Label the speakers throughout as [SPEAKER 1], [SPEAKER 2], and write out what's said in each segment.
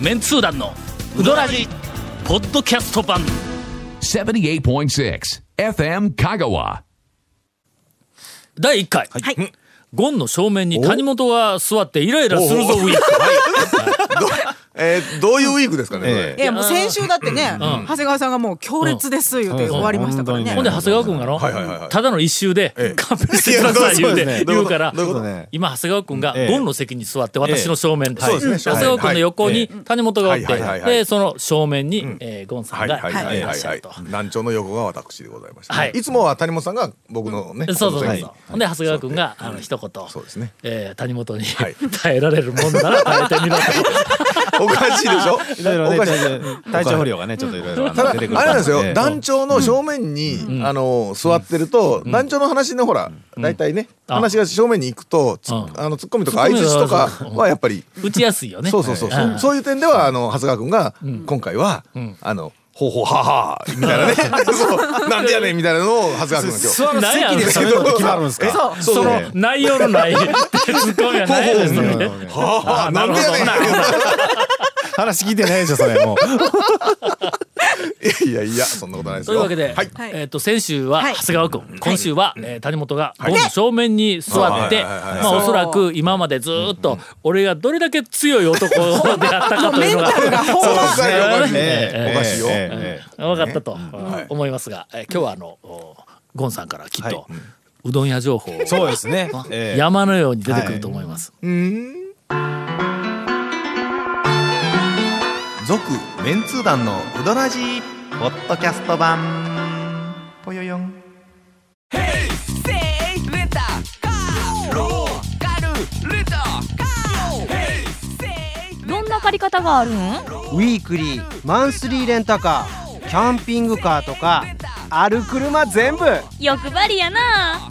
[SPEAKER 1] メンツー団のウドラジポッドキャスト版
[SPEAKER 2] 78.6 FM Kagawa.
[SPEAKER 1] 第1回、
[SPEAKER 3] はい
[SPEAKER 1] うんゴンの正面に谷本が座ってイライラするぞウィーク
[SPEAKER 4] えーどういうウィークですかね、これ
[SPEAKER 3] いやもう先週だってね、長谷川さんがもう強烈です言うて終わりましたからね。
[SPEAKER 1] ほんで長谷川君がの、
[SPEAKER 4] はいはいはいはい
[SPEAKER 1] ただの一周で
[SPEAKER 4] ええ
[SPEAKER 1] 勘弁してください言う
[SPEAKER 5] いやそうです
[SPEAKER 1] て
[SPEAKER 5] ね
[SPEAKER 1] 言うから
[SPEAKER 4] どういうことどういう
[SPEAKER 5] ね
[SPEAKER 1] 今長谷川君が
[SPEAKER 5] ええ
[SPEAKER 1] ゴンの席に座って私の正面で
[SPEAKER 4] ええそうです
[SPEAKER 1] 長
[SPEAKER 4] ね
[SPEAKER 1] 谷川君の横
[SPEAKER 5] は
[SPEAKER 1] に
[SPEAKER 5] い
[SPEAKER 1] 谷本がおって
[SPEAKER 4] はいはいはいはい
[SPEAKER 1] でその正面にえーゴンさ
[SPEAKER 4] は
[SPEAKER 1] ん
[SPEAKER 4] い
[SPEAKER 1] が
[SPEAKER 4] はいはいい
[SPEAKER 1] らっ
[SPEAKER 4] はい
[SPEAKER 1] しゃ
[SPEAKER 4] は
[SPEAKER 1] る
[SPEAKER 4] い
[SPEAKER 1] と。
[SPEAKER 4] 難聴の横が私でございました、
[SPEAKER 1] はい
[SPEAKER 4] い、つもは谷本さんが僕のね、
[SPEAKER 1] そうそうそう
[SPEAKER 4] こ
[SPEAKER 1] そう、
[SPEAKER 4] の席に
[SPEAKER 1] ほんで長谷川君があの一言
[SPEAKER 4] そうですね
[SPEAKER 1] えー谷本に
[SPEAKER 4] はい
[SPEAKER 1] 耐えられるもんなら耐え てみろと
[SPEAKER 4] おかしいでしょ
[SPEAKER 5] いろいろ
[SPEAKER 4] お
[SPEAKER 5] ね
[SPEAKER 4] かしい
[SPEAKER 5] 体調体調不良がねちょっといろいろ
[SPEAKER 4] ただあ
[SPEAKER 5] 出
[SPEAKER 4] れ
[SPEAKER 5] てくる
[SPEAKER 4] なんですよ、団
[SPEAKER 5] 長
[SPEAKER 4] 長の正面に、あの座ってると、団長の話ねほら、大体ね、
[SPEAKER 1] あ
[SPEAKER 4] 話が正面に行くと、つ
[SPEAKER 1] うん
[SPEAKER 4] あのツッコミとか
[SPEAKER 1] ツッコ
[SPEAKER 4] 相
[SPEAKER 1] ミ
[SPEAKER 4] 槌とかはやっぱり、
[SPEAKER 1] 打ちやすいよね
[SPEAKER 4] そうそうそうそう、
[SPEAKER 1] ん
[SPEAKER 4] そういう点ではあの長谷川君が、今回は、あのほうほうはあはあみたいなねそうなんでやねんみたいなのを長谷川君が今日。
[SPEAKER 5] 座る
[SPEAKER 1] なんや
[SPEAKER 5] 席で喋るの決まるんですかそう
[SPEAKER 1] その内容のないツッコミはないですよね
[SPEAKER 4] はあはあ
[SPEAKER 1] な
[SPEAKER 4] な
[SPEAKER 1] る
[SPEAKER 4] ん
[SPEAKER 1] ほ
[SPEAKER 4] で
[SPEAKER 1] ど
[SPEAKER 4] やねん
[SPEAKER 5] 話聞いてないでしょそ れもう
[SPEAKER 4] いやいやいやそんなことないで す
[SPEAKER 1] と
[SPEAKER 4] よ
[SPEAKER 1] いうわけで、
[SPEAKER 4] はい
[SPEAKER 3] はい
[SPEAKER 1] えっ、と先週は
[SPEAKER 3] はい
[SPEAKER 1] 長谷川君、今週は、えー谷本がゴンの正面に座って、
[SPEAKER 4] はいはいはいはい
[SPEAKER 1] まあ
[SPEAKER 3] そう
[SPEAKER 1] おそらく今までずーっと俺がどれだけ強い男であったかと
[SPEAKER 3] メ
[SPEAKER 1] いう
[SPEAKER 3] ン
[SPEAKER 1] の
[SPEAKER 3] タルが
[SPEAKER 1] が
[SPEAKER 3] ほん
[SPEAKER 4] そう
[SPEAKER 3] ま
[SPEAKER 4] ですねおかしい
[SPEAKER 1] え
[SPEAKER 4] ねおかしいよ
[SPEAKER 1] 分かったと、
[SPEAKER 4] はい
[SPEAKER 1] 思いますが、えー今日はあのおゴンさんからきっと、うどん屋情報を
[SPEAKER 5] そうですねええ
[SPEAKER 1] 山のように出てくると思います。
[SPEAKER 6] 続メンツー団のウドラジーポッドキャスト版ぽよよん
[SPEAKER 7] どんな借り方があるん
[SPEAKER 8] ウィークリーマンスリーレンタカーキャンピングカーとかある車全部
[SPEAKER 7] 欲張りやな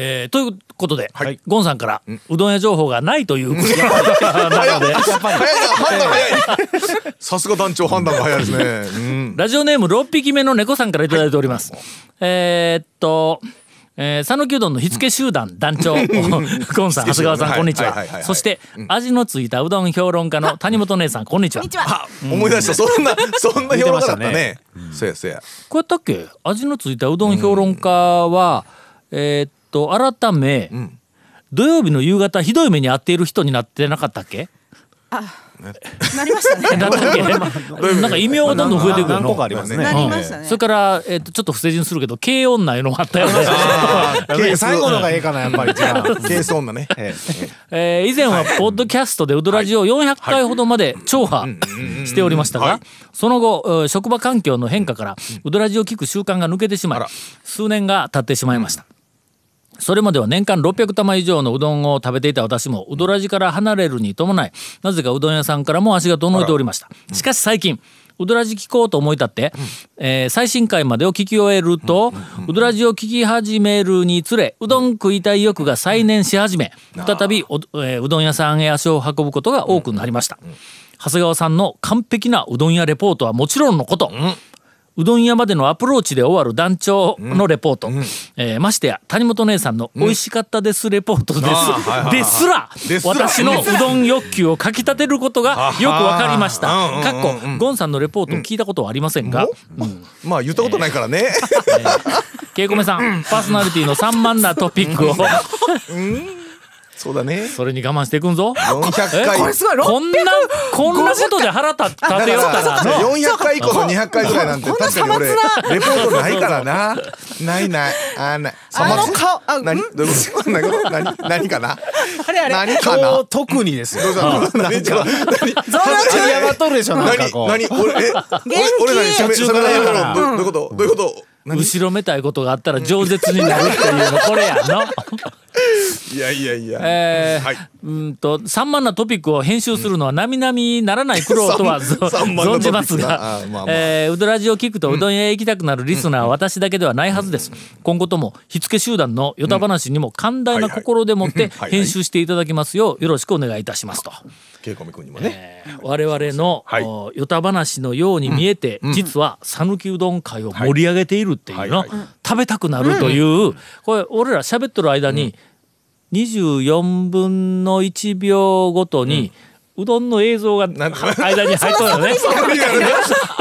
[SPEAKER 1] えーということで、
[SPEAKER 5] はい
[SPEAKER 1] ゴンさんからうどん屋情報がないということで なので
[SPEAKER 4] 早いな判断早いさすが団長判断が早いですねうん
[SPEAKER 1] ラジオネーム6匹目の猫さんからいただいております。えーっと、えー、讃岐うどんの火付け集団団長、 ゴンさん、長谷川さん、
[SPEAKER 4] はい
[SPEAKER 1] こんにち
[SPEAKER 4] はいはいはいは
[SPEAKER 1] は。
[SPEAKER 4] い
[SPEAKER 1] そして、味のついたうどん評論家の谷本姉さん、こんにちは。
[SPEAKER 3] こんにちは。
[SPEAKER 4] 思い出したそんなそんな評論家だったねそやそや
[SPEAKER 1] こうやったっけ味のついたうどん評論家は、えーっと、改め、
[SPEAKER 4] ん
[SPEAKER 1] 土曜日の夕方、ひどい目に遭っている人になってなかったっけ
[SPEAKER 3] なりましたね。
[SPEAKER 1] なったっけなんか異名がどんどん増えてくる
[SPEAKER 5] 何個か
[SPEAKER 1] の
[SPEAKER 5] あ。ります
[SPEAKER 3] な
[SPEAKER 5] ね
[SPEAKER 3] りましたね
[SPEAKER 1] それ。から、えーっと、ちょっと不成人するけど、軽音ないうのもあったよね。
[SPEAKER 5] ええ最後のがええかなやっぱり じゃあ
[SPEAKER 4] 軽装なね
[SPEAKER 5] え
[SPEAKER 1] えー以前はポッドキャストでウドラジオ400回ほどまで聴破しておりましたが、その後えー職場環境の変化からウドラジオを聞く習慣が抜けてしまい数年が経ってしまいました。それまでは年間600玉以上のうどんを食べていた私もうどらじから離れるに伴いなぜかうどん屋さんからも足が遠のいておりましたしかし最近うどらじ聞こうと思い立って、えー最新回までを聞き終えると、うどらじを聞き始めるにつれうどん食いたい欲が再燃し始め再びお、えーうどん屋さんへ足を運ぶことが多くなりました、長谷川さんの完璧なうどん屋レポートはもちろんのこと、うどん屋までのアプローチで終わる団長のレポート、えーましてや谷本姉さんの「美味しかったです」レポートです、ですら
[SPEAKER 4] ですら
[SPEAKER 1] 私のうどん欲求をかきたてることがよくわかりました。かっこゴンさんのレポートを聞いたことはありませんが、
[SPEAKER 4] まあ言ったことないからね
[SPEAKER 1] けいこめさんパーソナリティの散漫なトピックを
[SPEAKER 4] そうだね
[SPEAKER 1] それに我慢していくんぞ。
[SPEAKER 4] 400
[SPEAKER 1] え
[SPEAKER 4] 回
[SPEAKER 3] これすごい。
[SPEAKER 1] こんなこんなことで腹立立
[SPEAKER 4] だ
[SPEAKER 1] て
[SPEAKER 4] か
[SPEAKER 1] よっ た
[SPEAKER 4] ら
[SPEAKER 1] ら
[SPEAKER 4] さ400回以降の200回ぐらいなんて確かに俺レポートないからなないないあーない
[SPEAKER 3] あの顔あ
[SPEAKER 4] あ何どういうこと何何何かな
[SPEAKER 3] あれあれ。
[SPEAKER 4] 何
[SPEAKER 5] 今
[SPEAKER 4] かな
[SPEAKER 5] 日特に ですよ
[SPEAKER 4] どうした何ちょっと何
[SPEAKER 5] ゾやばっとるでしょなんか
[SPEAKER 4] 何
[SPEAKER 5] こう
[SPEAKER 4] 何俺え俺俺何しゃべしゃべらないからどどういうことどういうこと何
[SPEAKER 1] 後ろめたいことがあったら饒舌になるっていう のこれやの。
[SPEAKER 4] いやいやいや
[SPEAKER 1] えー
[SPEAKER 4] はいう
[SPEAKER 1] ーんと散漫なトピックを編集するのは並々ならない苦労とはぞ
[SPEAKER 4] 散漫なトピックな
[SPEAKER 1] 存じます
[SPEAKER 4] あ
[SPEAKER 1] が
[SPEAKER 4] ーまあまあ
[SPEAKER 1] えーうどらじを聞くとうどん屋へ行きたくなるリスナーは私だけではないはずです今後とも火付け集団のよた話にも寛大な心でもって
[SPEAKER 4] はいはい
[SPEAKER 1] 編集していただきますようよろしくお願いいたしますと
[SPEAKER 4] 稽古見君にもね
[SPEAKER 1] えー我々の
[SPEAKER 4] はい
[SPEAKER 1] およた話のように見えて実は讃岐うどん会を盛り上げているっていうの
[SPEAKER 4] はいはい
[SPEAKER 1] 食べたくなるというこれ俺ら喋ってる間に24分の1秒ごとに、うどんの映像が間
[SPEAKER 4] な ん
[SPEAKER 1] に
[SPEAKER 4] か
[SPEAKER 1] 入っとるよね。
[SPEAKER 4] 気になるね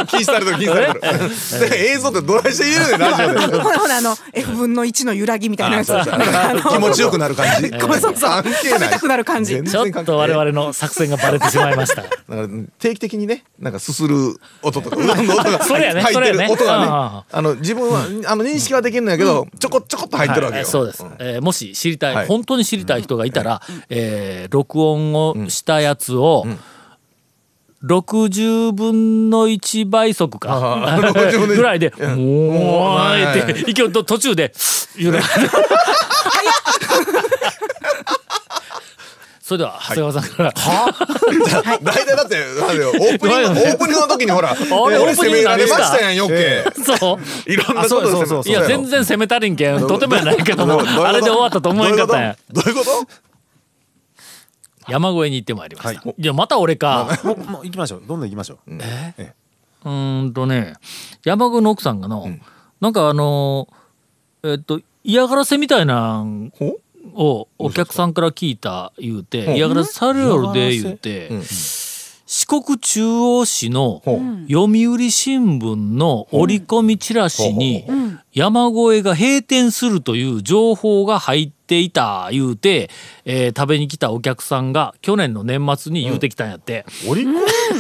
[SPEAKER 4] 禁止されてる禁止されてるで映像ってどないして言えるねんラジオで
[SPEAKER 3] ほらほらあの F 分の1の揺らぎみたいなやつなんかあの
[SPEAKER 4] 気持ちよくなる感じ
[SPEAKER 3] そうそう
[SPEAKER 4] 関係
[SPEAKER 3] 食べたくなる感じ
[SPEAKER 4] 全然
[SPEAKER 1] ちょっと我々の作戦がバレてしまいました。
[SPEAKER 4] なんか定期的にねなんかすする 音とかうどんの音が
[SPEAKER 1] それやね
[SPEAKER 4] 入って
[SPEAKER 1] それや
[SPEAKER 4] る
[SPEAKER 1] ね
[SPEAKER 4] 音
[SPEAKER 1] うんうん
[SPEAKER 4] がねあの自分はあの認識はできるんだけどちょこちょこっと入ってるわけ
[SPEAKER 1] はい
[SPEAKER 4] よ
[SPEAKER 1] そうです
[SPEAKER 4] ん。
[SPEAKER 1] えーもし知りた、
[SPEAKER 4] はいい
[SPEAKER 1] 本当に知りたい人がいたら、えー録音をしたやつを、60分の1倍速か
[SPEAKER 4] あー60分の1
[SPEAKER 1] ぐらいで「
[SPEAKER 4] ん
[SPEAKER 1] もう」
[SPEAKER 4] は
[SPEAKER 1] っ
[SPEAKER 4] い
[SPEAKER 1] て息をと途中で「揺らそれでは長谷川さんから、
[SPEAKER 4] 大体だってあれよオープ
[SPEAKER 1] ど
[SPEAKER 4] ニング
[SPEAKER 1] う
[SPEAKER 4] オ
[SPEAKER 1] やね
[SPEAKER 4] ープニングの時にほら
[SPEAKER 1] オ
[SPEAKER 4] 俺
[SPEAKER 1] ープニ
[SPEAKER 4] 責
[SPEAKER 1] ング
[SPEAKER 4] めら
[SPEAKER 1] 何で
[SPEAKER 4] れ
[SPEAKER 1] し
[SPEAKER 4] ま
[SPEAKER 1] た
[SPEAKER 4] したやん余計
[SPEAKER 1] そう
[SPEAKER 4] いろんなこ
[SPEAKER 5] あそう
[SPEAKER 4] と
[SPEAKER 5] そう
[SPEAKER 4] で
[SPEAKER 5] そうそう
[SPEAKER 1] いや全然攻めたりんけんとてもやないけども
[SPEAKER 4] ういうこと
[SPEAKER 1] あれで終わったと思えんかったんや
[SPEAKER 4] どういうことどういうこ
[SPEAKER 1] 山越えに行ってまいりました、いやまた俺か
[SPEAKER 5] もうもう行きましょう。どんどん行きましょう。
[SPEAKER 1] うーんとね山口の奥さんがの、なんかあのーえっと嫌がらせみたいなんをお客さんから聞いた言うて嫌がらせされよるで言うて、
[SPEAKER 4] うん
[SPEAKER 1] 四国中央市の
[SPEAKER 4] とほう
[SPEAKER 1] 読売新聞の折り込みチラシに
[SPEAKER 4] ほ
[SPEAKER 1] 山越えが閉店するという情報が入っていた言うて、えー食べに来たお客さんが去年の年末に言うてきたんやって。
[SPEAKER 4] 折り込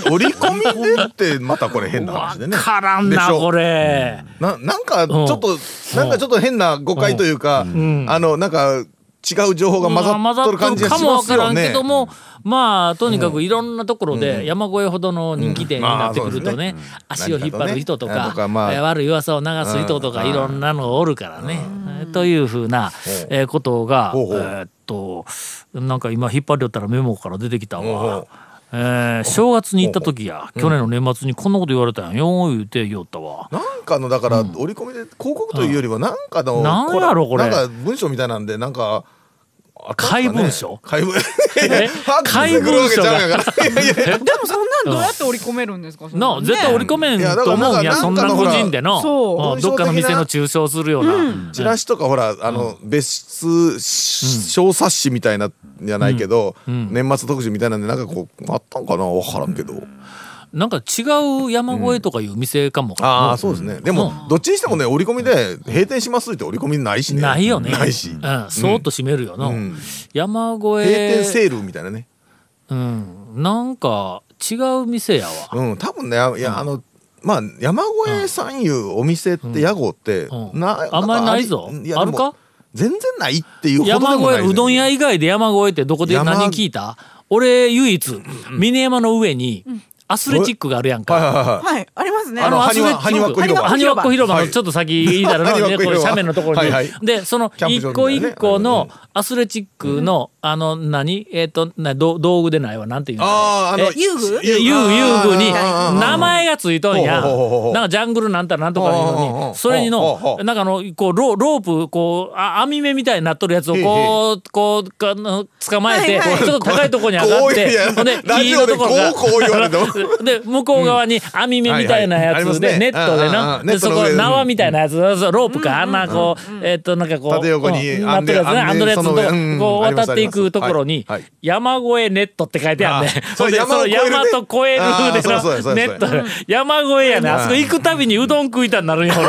[SPEAKER 4] み折り込みでってまたこれ変な
[SPEAKER 1] わ
[SPEAKER 4] 話でね
[SPEAKER 1] からん
[SPEAKER 4] で
[SPEAKER 1] な
[SPEAKER 4] しょ
[SPEAKER 1] これ。
[SPEAKER 4] ななんかちょっ
[SPEAKER 1] う
[SPEAKER 4] となんかちょっと変な誤解というかあ
[SPEAKER 1] ん
[SPEAKER 4] のなんか違う情報が混ざっとる感じがし
[SPEAKER 1] まあ
[SPEAKER 4] ま
[SPEAKER 1] 混
[SPEAKER 4] す
[SPEAKER 1] ざっとるかもわから
[SPEAKER 4] よ
[SPEAKER 1] んけ
[SPEAKER 4] ね
[SPEAKER 1] ども、まあとにかくいろんなところで山越えほどの人気店になってくるとね,、
[SPEAKER 4] うん
[SPEAKER 1] 足を引っ張る人と
[SPEAKER 4] 何
[SPEAKER 1] か
[SPEAKER 4] かとねとかまあ
[SPEAKER 1] えー悪い噂を流す人とか
[SPEAKER 4] うん
[SPEAKER 1] いろんなのおるからね。えーというふうな、えーことが
[SPEAKER 4] ほうほう
[SPEAKER 1] えーっとなんか今引っ張りよったらメモから出てきた
[SPEAKER 4] ほうほ
[SPEAKER 1] わ
[SPEAKER 4] う。
[SPEAKER 1] えー正月に行った時や去年の年末にこんなこと言われたんやよう言うて言おったわ。
[SPEAKER 4] なんかのだから折り込みで広告というよりはなんかの
[SPEAKER 1] なんやろこれ
[SPEAKER 4] なんか文章みたいなんでなんかあったんすかね
[SPEAKER 1] 怪文書
[SPEAKER 4] 怪文
[SPEAKER 1] え
[SPEAKER 4] ファックスで来るわけちゃうんやからいやいやいや
[SPEAKER 3] でもそんなんどうやって織り込めるんですかそん
[SPEAKER 1] な
[SPEAKER 3] な
[SPEAKER 1] あ
[SPEAKER 3] んね
[SPEAKER 1] 絶対折り込めん
[SPEAKER 4] いやだ
[SPEAKER 1] と
[SPEAKER 4] から
[SPEAKER 1] 思うんや
[SPEAKER 4] なんか
[SPEAKER 1] そん
[SPEAKER 4] な
[SPEAKER 1] なん
[SPEAKER 4] かほ
[SPEAKER 1] 個
[SPEAKER 4] ら
[SPEAKER 1] 人での
[SPEAKER 3] そう
[SPEAKER 1] うんどっかの店の中傷するような、
[SPEAKER 4] チラシとかほらあの別室小冊子みたいなじゃないけど年末特集みたいなんでなんかこうあったんかなわからんけど
[SPEAKER 1] なんか違う山越えとかいう店かも、
[SPEAKER 4] ああそうですねでもどっちにしてもね折り込みで閉店しますって折り込みないしね
[SPEAKER 1] ないよね
[SPEAKER 4] ないし
[SPEAKER 1] う
[SPEAKER 4] 閉
[SPEAKER 1] ん、そーっと閉めるよな、
[SPEAKER 4] ん
[SPEAKER 1] 山越え
[SPEAKER 4] 店セールみたいなね
[SPEAKER 1] うん、なんか違う店やわ、
[SPEAKER 4] うん、多分ね、あいや、あの、まあ、山越えさんいうお店って、屋号って、
[SPEAKER 1] うん
[SPEAKER 4] な
[SPEAKER 1] あんまりないぞ
[SPEAKER 4] んや
[SPEAKER 1] あるか
[SPEAKER 4] でも全然ないっていうほどでも
[SPEAKER 1] 山
[SPEAKER 4] ないね、
[SPEAKER 1] 越えうどん屋以外で山越えってどこで
[SPEAKER 4] 山
[SPEAKER 1] 何聞いた俺唯一峰山の上にアスレチックがあるやんか、
[SPEAKER 4] はいはいはい。
[SPEAKER 3] はいありますね
[SPEAKER 4] あの
[SPEAKER 1] アスレチック
[SPEAKER 4] 埴輪埴輪っ
[SPEAKER 1] 埴輪
[SPEAKER 4] 子広場
[SPEAKER 1] っ子広場
[SPEAKER 4] は
[SPEAKER 1] の
[SPEAKER 4] い
[SPEAKER 1] ちょっと先いいだろう
[SPEAKER 4] 埴輪
[SPEAKER 1] ね、
[SPEAKER 4] っ子
[SPEAKER 1] こう
[SPEAKER 4] 広場
[SPEAKER 1] 斜面のところに。
[SPEAKER 4] はいはい
[SPEAKER 1] で、その
[SPEAKER 4] キャンプ
[SPEAKER 1] 一
[SPEAKER 4] 場
[SPEAKER 1] 個
[SPEAKER 4] みたいなね
[SPEAKER 1] 一個の
[SPEAKER 4] う
[SPEAKER 1] アスレチックの、あの、何えっ、と、な道道具でないわ、なんていうの
[SPEAKER 4] あーあの
[SPEAKER 1] え
[SPEAKER 3] 遊具
[SPEAKER 1] 遊遊具に
[SPEAKER 4] あー
[SPEAKER 1] 名前がついとんや。
[SPEAKER 4] ほうほうほうほう
[SPEAKER 1] なんかジャングルなんたらなんとかいう
[SPEAKER 4] ほうほう
[SPEAKER 1] の
[SPEAKER 4] ほ
[SPEAKER 1] に、
[SPEAKER 4] う
[SPEAKER 1] それに
[SPEAKER 4] ほうほ
[SPEAKER 1] の
[SPEAKER 4] うほ、う
[SPEAKER 1] なんかあの、こう、ロロープ、こう、あ網目みたいになっとるやつを
[SPEAKER 4] へい
[SPEAKER 1] こう、こう、かの捕まえて、
[SPEAKER 3] はいはい
[SPEAKER 1] ちょっと高いところに上がっ
[SPEAKER 4] こうい
[SPEAKER 1] て
[SPEAKER 4] うや、
[SPEAKER 1] ほんで、
[SPEAKER 4] ラ
[SPEAKER 1] 木
[SPEAKER 4] ジ
[SPEAKER 1] のと
[SPEAKER 4] オで
[SPEAKER 1] こ
[SPEAKER 4] こ
[SPEAKER 1] ろが
[SPEAKER 4] うこう言われても
[SPEAKER 1] で向こう側に網目みたいなやつ
[SPEAKER 4] はいは
[SPEAKER 1] で
[SPEAKER 4] い
[SPEAKER 1] ネットでな
[SPEAKER 4] ありますねあああネ
[SPEAKER 1] で
[SPEAKER 4] ット
[SPEAKER 1] そ
[SPEAKER 4] の上
[SPEAKER 1] こ
[SPEAKER 4] で
[SPEAKER 1] 縄みたいなやつそうそうロープかあんなこうえっとなんかこう
[SPEAKER 4] 縦横に
[SPEAKER 1] うんな
[SPEAKER 4] あ
[SPEAKER 1] っ
[SPEAKER 4] ん
[SPEAKER 1] て
[SPEAKER 4] で
[SPEAKER 1] るやつね
[SPEAKER 4] あ
[SPEAKER 1] ア
[SPEAKER 4] ん
[SPEAKER 1] ン
[SPEAKER 4] で
[SPEAKER 1] ドレス
[SPEAKER 4] そ
[SPEAKER 1] と
[SPEAKER 4] の上うん
[SPEAKER 1] こう
[SPEAKER 4] ありま
[SPEAKER 1] 渡
[SPEAKER 4] す
[SPEAKER 1] っていくところに
[SPEAKER 4] はいはい
[SPEAKER 1] 山越えネットって書いてあるね
[SPEAKER 4] あー
[SPEAKER 1] ほんで
[SPEAKER 4] そう
[SPEAKER 1] その山
[SPEAKER 4] 山
[SPEAKER 1] と
[SPEAKER 4] を
[SPEAKER 1] 越える
[SPEAKER 4] あ
[SPEAKER 1] で
[SPEAKER 4] ーそうそうそ
[SPEAKER 1] の
[SPEAKER 4] う
[SPEAKER 1] ネット山越えやねあそこ行くたびにうどん食いたになるんや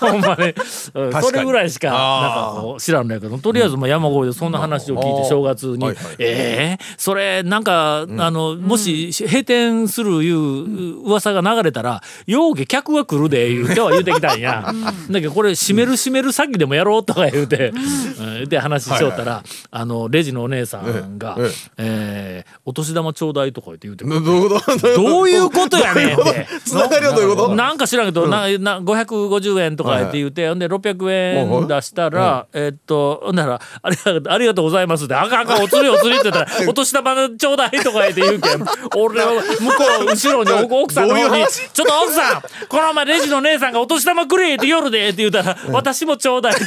[SPEAKER 1] 俺ほんまにうん
[SPEAKER 4] かに
[SPEAKER 1] それぐらいしかなん
[SPEAKER 4] あー
[SPEAKER 1] かこう知らんのやけどとりあえずまあ山越えでそんな話を聞いて正月に
[SPEAKER 4] はいはい
[SPEAKER 1] ええそれなんか、あのもし閉店するいう噂が流れたら「ようけ客が来るで」言うては言 うてきたんや、だけどこれ閉める閉める詐欺でもやろうとか言うて、うん言うて話しちゃったら、あのレジのお姉さんが「え
[SPEAKER 4] ええ
[SPEAKER 1] ーお年玉ちょうだい」とか言って言うてくる
[SPEAKER 4] どういうこと
[SPEAKER 1] どういうことやねん
[SPEAKER 4] どういうこ
[SPEAKER 1] って
[SPEAKER 4] とつながりはどういうこと
[SPEAKER 1] なんか知らんけど、なな550円とかやって言うて、ほんで600円出したら、えっとほんならありが「ありがとうございます」って「あかんあかんお釣りお釣り」って言ったら「お年玉ちょうだい」とか言って言うけん俺は向こう後ろに奥奥さんの方
[SPEAKER 4] どういう
[SPEAKER 1] に「
[SPEAKER 4] 話
[SPEAKER 1] ちょっと奥さんこの前レジの姉さんがお年玉くれ」って夜でって言うたら「私もちょうだ い」って。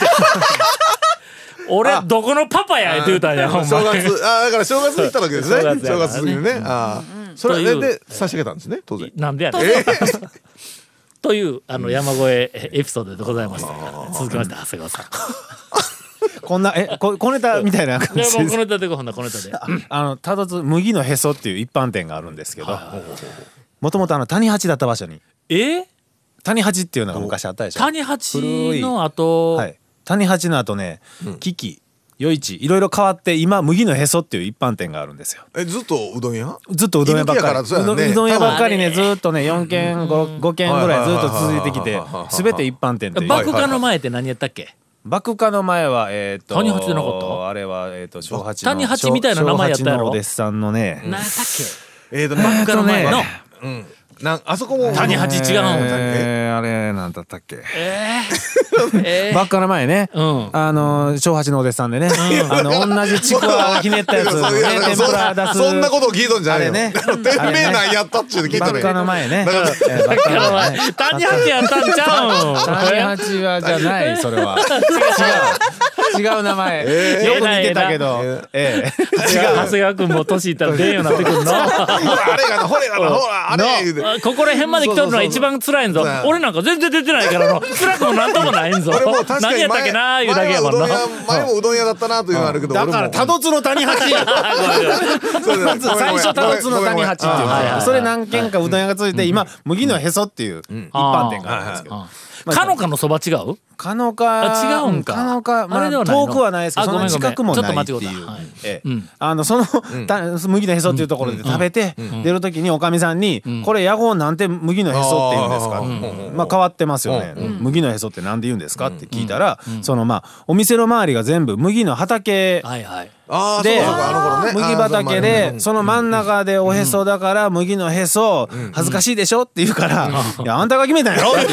[SPEAKER 1] 俺どこのパパやって言うたんやほんまに
[SPEAKER 4] 正月あーだから正月に行ったわけですね
[SPEAKER 1] そう 正月や
[SPEAKER 4] 正
[SPEAKER 1] からね
[SPEAKER 4] 月過ぎにねあーそれ
[SPEAKER 1] とい
[SPEAKER 4] で
[SPEAKER 1] う
[SPEAKER 4] で差し上げたんですね当然
[SPEAKER 1] なんでやねん。 というあの山越えエピソードでございましたから続きまして長谷川さん。
[SPEAKER 5] こんなえこ小ネタみたい な感
[SPEAKER 1] で
[SPEAKER 5] じ
[SPEAKER 1] もう
[SPEAKER 5] で
[SPEAKER 1] こ
[SPEAKER 5] す
[SPEAKER 1] のネタでこんなこのネタで。
[SPEAKER 5] あのただつ麦のへそっていう一般店があるんですけどもともとあの谷八だった場所に
[SPEAKER 1] え
[SPEAKER 5] 谷八っていうのが昔あったでしょ
[SPEAKER 1] 谷八の後、
[SPEAKER 5] はい、谷八の後ね、キキ余市いろいろ変わって今麦のへそっていう一般店があるんですよ
[SPEAKER 4] えずっとうどん屋
[SPEAKER 5] ずっとうどん屋ばっかり
[SPEAKER 4] 居抜きやからそうやんね
[SPEAKER 5] うどん屋ばっかり
[SPEAKER 1] 多
[SPEAKER 5] ねずっとね4軒 5, 軒ぐらいずっと続いてき
[SPEAKER 4] はい
[SPEAKER 5] て
[SPEAKER 4] はいはいはい
[SPEAKER 5] 全て一般店っていう
[SPEAKER 1] 爆破の前って何やったっけ、
[SPEAKER 5] 爆火の前はえっ、と
[SPEAKER 1] 谷八じゃなかった
[SPEAKER 5] あれはえっ、と小八の
[SPEAKER 1] 谷八みたいな名前やったやろ
[SPEAKER 5] 小八のお弟子さんのね、
[SPEAKER 1] 何やったっけ
[SPEAKER 4] えーとなん
[SPEAKER 1] 爆破の前の、
[SPEAKER 4] うんなんあそこも
[SPEAKER 1] 谷八違うの
[SPEAKER 5] えー、あれなんだったっけ
[SPEAKER 1] えー、 えー、
[SPEAKER 5] 爆火の前ね、
[SPEAKER 1] うん
[SPEAKER 5] あの小八のお弟子さんでね、 あの同じちくわをひねっ たやつをね天ぷら出す
[SPEAKER 4] そんなことを聞いとんじゃないよ
[SPEAKER 5] あれね
[SPEAKER 4] 店名なんやったっちゅうの聞いた
[SPEAKER 5] 爆
[SPEAKER 4] ら
[SPEAKER 5] 火の前ね
[SPEAKER 4] だから
[SPEAKER 5] え ー爆火 の前
[SPEAKER 1] 谷八やったんち
[SPEAKER 5] 谷
[SPEAKER 1] ゃうん
[SPEAKER 5] 八はじゃないそれは違う違う名前、よく似てたけど、え
[SPEAKER 1] 違う長谷川君も年いったら出んようになってくるの
[SPEAKER 4] ほらあれがなほれが なほらあれ言うて
[SPEAKER 1] あここら辺まで来とるのは一番辛いんぞ
[SPEAKER 4] そうそうそう
[SPEAKER 1] 俺なんか全然出てないからの辛くもなんともないんぞ
[SPEAKER 4] 俺も確か
[SPEAKER 1] 何
[SPEAKER 4] に
[SPEAKER 1] やったっ
[SPEAKER 4] 前
[SPEAKER 1] けなーいうだけ
[SPEAKER 4] 前
[SPEAKER 1] や
[SPEAKER 4] は
[SPEAKER 1] も
[SPEAKER 4] うんど
[SPEAKER 1] なん
[SPEAKER 4] 屋前もうどん 屋だったなというのはあるけど
[SPEAKER 5] だから多
[SPEAKER 4] ど
[SPEAKER 5] 度津の谷 八 まず最初多度津の谷八っていうの
[SPEAKER 1] はいはいは
[SPEAKER 5] が
[SPEAKER 1] い
[SPEAKER 5] それ何軒かうどん屋がついて今麦のへそっていう一般店があるんですけど
[SPEAKER 1] かのかのそば違う
[SPEAKER 5] かのか
[SPEAKER 1] あ違うんか
[SPEAKER 5] かのか
[SPEAKER 1] あれ
[SPEAKER 5] まあ
[SPEAKER 1] ではないの
[SPEAKER 5] 遠くはないですけど
[SPEAKER 1] あ
[SPEAKER 5] そん
[SPEAKER 1] ごめ
[SPEAKER 5] なんに近くも
[SPEAKER 1] ごめん
[SPEAKER 5] ないって
[SPEAKER 1] ち
[SPEAKER 5] い
[SPEAKER 1] ょっと待ってくだ
[SPEAKER 5] う
[SPEAKER 1] さいはい
[SPEAKER 5] え
[SPEAKER 1] う
[SPEAKER 5] え
[SPEAKER 1] ん
[SPEAKER 5] あのそのた麦のへそっていうところで食べて出る時におかみさんに「これ野号なんて麦のへそって言うんですか?」まあ変わってますよね「麦のへそってなんで言うんですか?」って聞いたらそのまあお店の周りが全部麦の畑
[SPEAKER 1] はいはい
[SPEAKER 4] ああそう
[SPEAKER 5] で
[SPEAKER 4] かそうかあの頃ね
[SPEAKER 5] 麦畑でその真ん中でおへそだから麦のへそ恥ずかしいでしょって言うから「いやあんたが決めたんやろ?」って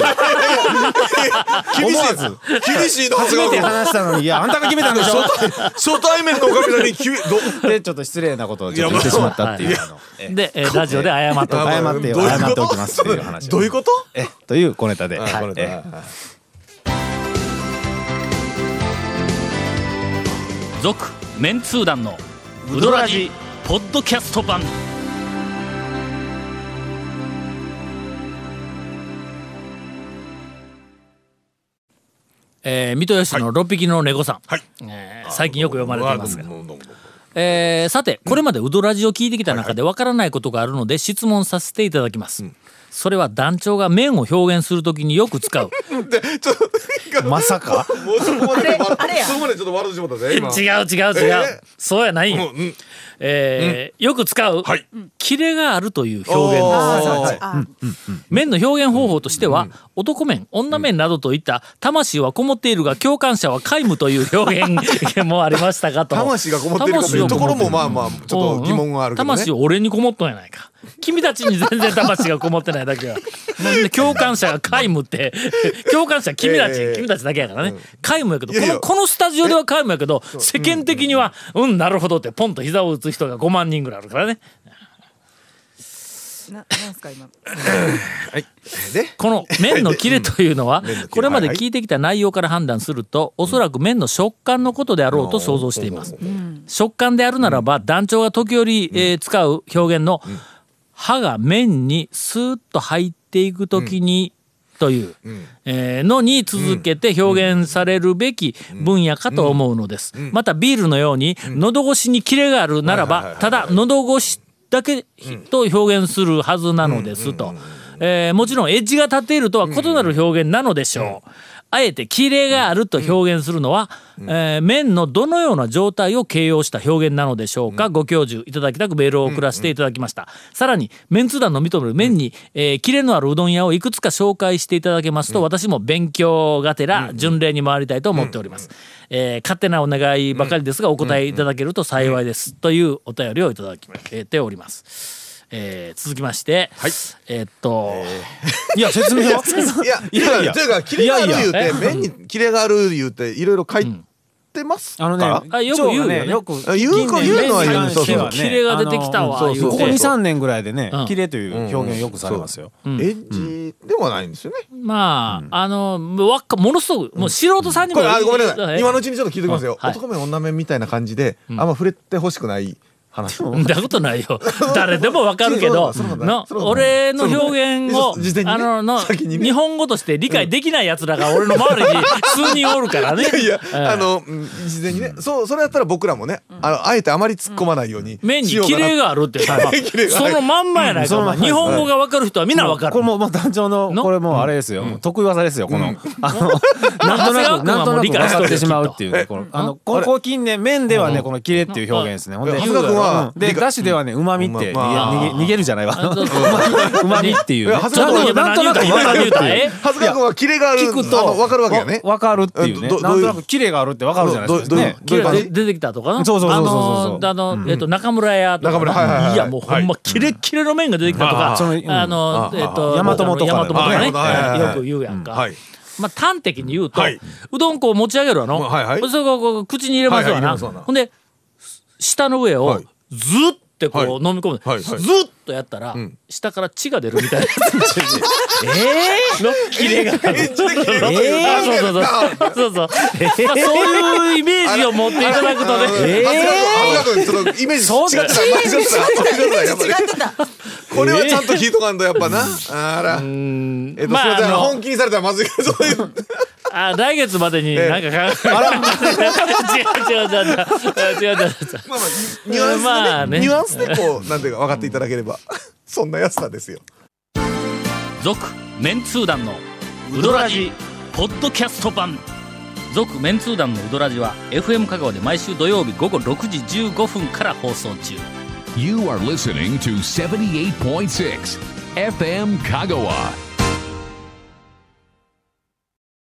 [SPEAKER 4] 厳しい
[SPEAKER 5] 思わず
[SPEAKER 4] 厳しいの
[SPEAKER 5] 初め て話したのに「いやあんたが決めたんでしょ?」
[SPEAKER 4] 初対面のおかみさんにきびど
[SPEAKER 5] でちょっと失礼なことをちょっと言ってしまったっていうあのええ
[SPEAKER 1] でえーラジオで謝っとく
[SPEAKER 4] あ
[SPEAKER 5] 謝ってよ
[SPEAKER 4] どういうこと
[SPEAKER 5] 謝っておきますっていう話を
[SPEAKER 4] どういうこと
[SPEAKER 5] えという小ネタではい
[SPEAKER 4] これ
[SPEAKER 5] え
[SPEAKER 4] だ
[SPEAKER 1] 続メンツー団のウドラジポッドキャスト版えー、水戸吉の6匹の猫さん、
[SPEAKER 4] はい
[SPEAKER 1] えー最近よく読まれていますが
[SPEAKER 4] う、わどうもどうもどうも
[SPEAKER 1] えーさてこれまでウドラジを聞いてきた中でわからないことがあるので質問させていただきます、それは団長が面を表現するときによく使う
[SPEAKER 4] でちょっと
[SPEAKER 5] まさか
[SPEAKER 4] もうそこまで笑
[SPEAKER 3] あれや
[SPEAKER 4] そこまでちょっと笑ってしまった
[SPEAKER 1] 違
[SPEAKER 4] ね今
[SPEAKER 1] う違う違う、そうやないん
[SPEAKER 4] もううん
[SPEAKER 1] えーよく使う、
[SPEAKER 4] はい
[SPEAKER 1] キレがあるという表現です
[SPEAKER 4] あ
[SPEAKER 3] あ
[SPEAKER 4] ー
[SPEAKER 3] そう
[SPEAKER 4] は
[SPEAKER 3] か
[SPEAKER 4] い
[SPEAKER 3] あ
[SPEAKER 1] 面の表現方法としては、男面女面などといった魂はこもっているが共感者は皆無という表現もありましたかと
[SPEAKER 4] 魂がこもってるかというところもまあまあちょっと疑問があるけどね
[SPEAKER 1] 魂俺にこもっとんやないか君たちに全然魂がこもってないだけやなんで共感者が皆無って 共感者君たち、
[SPEAKER 4] ええ
[SPEAKER 1] 君たちだけやからね、皆無やけど
[SPEAKER 4] いやいや
[SPEAKER 1] このこのスタジオでは皆無やけど世間的にはうんなるほどってポンと膝を打つ人が5万人ぐらいあるからね
[SPEAKER 3] ななんすか今
[SPEAKER 4] で
[SPEAKER 1] こ の麺の切れというのは
[SPEAKER 4] 麺の切れ
[SPEAKER 1] これまで聞いてきた内容から判断するとおそらく麺の食感のことであろうと想像しています食感であるならば団長が時折えー使う表現の歯が麺にスーッと入っていく時にというえーのに続けて表現されるべき分野かと思うのですまたビールのように喉越しにキレがあるならばただ喉越しだけと表現するはずなのですと、えーもちろんエッジが立っているとは異なる表現なのでしょう、あえてキレがあると表現するのは、えー麺のどのような状態を形容した表現なのでしょうか、ご教授いただきたくメールを送らせていただきました、さらにメンツ団の認める麺に、えーキレのあるうどん屋をいくつか紹介していただけますと、私も勉強がてら巡礼に回りたいと思っております、えー勝手なお願いばかりですがお答えいただけると幸いです、というお便りをいただきえーておりますえー続きまして、えーっと、
[SPEAKER 5] いや説明はい
[SPEAKER 4] やい
[SPEAKER 5] いや
[SPEAKER 4] や
[SPEAKER 5] いや
[SPEAKER 4] というかキレがある
[SPEAKER 1] い
[SPEAKER 4] 言う
[SPEAKER 1] やい
[SPEAKER 4] て
[SPEAKER 1] や
[SPEAKER 4] 麺にキレがある言うていろいろ書いてますか
[SPEAKER 5] あのね
[SPEAKER 1] あよく言うよね
[SPEAKER 5] 一応よく
[SPEAKER 4] あ言うか言うのは言うそうそう
[SPEAKER 1] キレが出てきたわ
[SPEAKER 5] あの
[SPEAKER 4] 言うて
[SPEAKER 5] ここ23年ぐらいでね
[SPEAKER 1] うん
[SPEAKER 5] キレという表現よくされますよ
[SPEAKER 4] エッジではないんですよね
[SPEAKER 1] まあ、あのもうわっかものすごくもう素人さんに
[SPEAKER 4] こ
[SPEAKER 1] も
[SPEAKER 4] れあごめんなさ
[SPEAKER 1] え
[SPEAKER 4] い今のうちにちょっと聞いておきますよ、
[SPEAKER 1] はい
[SPEAKER 4] 男面女面みたいな感じで、あんま触れてほしくない
[SPEAKER 5] 話
[SPEAKER 1] そんなことないよ。誰でもわかるけど、の俺の表現を、あの、の、日本語として理解できない奴らが俺の周りに数人おるからね。
[SPEAKER 4] いや
[SPEAKER 1] ええ
[SPEAKER 4] あのうん事前にねそうそれやったら僕らもねあのあえてあまり突っ込まないように
[SPEAKER 1] 目に
[SPEAKER 4] しよう
[SPEAKER 1] 綺
[SPEAKER 4] かな
[SPEAKER 1] 麗があるってさ、
[SPEAKER 4] キレがあ
[SPEAKER 1] そ
[SPEAKER 4] る
[SPEAKER 1] のまんまやないか、
[SPEAKER 5] うん
[SPEAKER 1] お前
[SPEAKER 5] そのまんまです
[SPEAKER 1] 日本語がわかる人はみんなわかる
[SPEAKER 5] これ。もうもう団長の
[SPEAKER 1] の
[SPEAKER 5] これもうあれですよ、もう得意技ですよこの、あのなんと
[SPEAKER 1] 長谷川
[SPEAKER 5] なく
[SPEAKER 1] 君は
[SPEAKER 5] なんと
[SPEAKER 1] もう
[SPEAKER 5] な
[SPEAKER 1] 理
[SPEAKER 5] く
[SPEAKER 1] 解
[SPEAKER 5] 分
[SPEAKER 1] しと
[SPEAKER 5] か
[SPEAKER 1] るよ
[SPEAKER 5] ってしまうっていうねこのあのここ近年麺ではねこのキレっていう表現ですねほんで
[SPEAKER 4] 長谷川君は
[SPEAKER 5] うんで
[SPEAKER 4] 理解
[SPEAKER 5] だしではねうまみって
[SPEAKER 4] うんまあまあ
[SPEAKER 5] 逃げ逃げるじゃないわ
[SPEAKER 1] あそうそう
[SPEAKER 5] うまみっていうね
[SPEAKER 4] いや
[SPEAKER 1] ちょっと待って
[SPEAKER 5] なんとなく
[SPEAKER 1] 今何言うた今何言うたえ
[SPEAKER 4] 恥ずかくはキレがある
[SPEAKER 5] 聞くと
[SPEAKER 4] あの分かるわけやね
[SPEAKER 5] わ分かるっていうね
[SPEAKER 4] どど
[SPEAKER 5] なんとなくキレがあるって分かるじゃないですか
[SPEAKER 4] どど
[SPEAKER 5] ね
[SPEAKER 1] 綺麗
[SPEAKER 4] どうい
[SPEAKER 1] で
[SPEAKER 4] う感
[SPEAKER 1] 出てきたとかな
[SPEAKER 5] そうそうそうそうそう
[SPEAKER 1] あのあのえっと中村屋とかな
[SPEAKER 4] 中村はいはいはい
[SPEAKER 1] やもうほんまキレッキレの麺が出てきたと
[SPEAKER 5] うんあ
[SPEAKER 1] か
[SPEAKER 5] ーそのうん
[SPEAKER 1] あのえっと
[SPEAKER 5] 大和もとか
[SPEAKER 1] 大和もとかね
[SPEAKER 4] あーはいはいはい
[SPEAKER 1] よく言うやんか
[SPEAKER 4] はい
[SPEAKER 1] まあ端的に言うと、
[SPEAKER 4] はいう
[SPEAKER 1] どんこう持ち上げるわの、
[SPEAKER 4] うんはいはい
[SPEAKER 1] それをこう口に入れますわ
[SPEAKER 4] はい
[SPEAKER 1] な、
[SPEAKER 4] はい入れますわな
[SPEAKER 1] ほんで舌の上を
[SPEAKER 4] はい
[SPEAKER 1] ずってこう
[SPEAKER 4] はい
[SPEAKER 1] 飲み込む、
[SPEAKER 4] はいはい
[SPEAKER 1] ずっとやったら、下から血が出るみたいな えー、のキレがある。えー、そうそうそうそうそう、えーまあ、そういうイメージを持っていただくと
[SPEAKER 4] あの
[SPEAKER 1] ね
[SPEAKER 4] 恥ずかく恥ずかくそのイメージ
[SPEAKER 1] そんな
[SPEAKER 4] 違ってた前ちょっと前ちょっとやっぱり
[SPEAKER 3] 違ってた。
[SPEAKER 4] これはちゃんと聞いとかんとやっぱなあらえっとそれ
[SPEAKER 1] まあ
[SPEAKER 4] で
[SPEAKER 1] あの
[SPEAKER 4] 本気にされたらまずいからそういう
[SPEAKER 1] あ来月までになんか考え、 違う違う違う違う違う違う違う違う
[SPEAKER 4] まあまあニュアンスでね,、
[SPEAKER 1] まあね
[SPEAKER 4] ニュアンスでこうなんていうか分かっていただければそんなやつなんですよ。
[SPEAKER 1] 続メンツー団のウドラジポッドキャスト版続メンツー団のウドラジは FM 香川で毎週土曜日午後6時15分から放送中
[SPEAKER 2] You are listening to 78.6 FM Kagawa.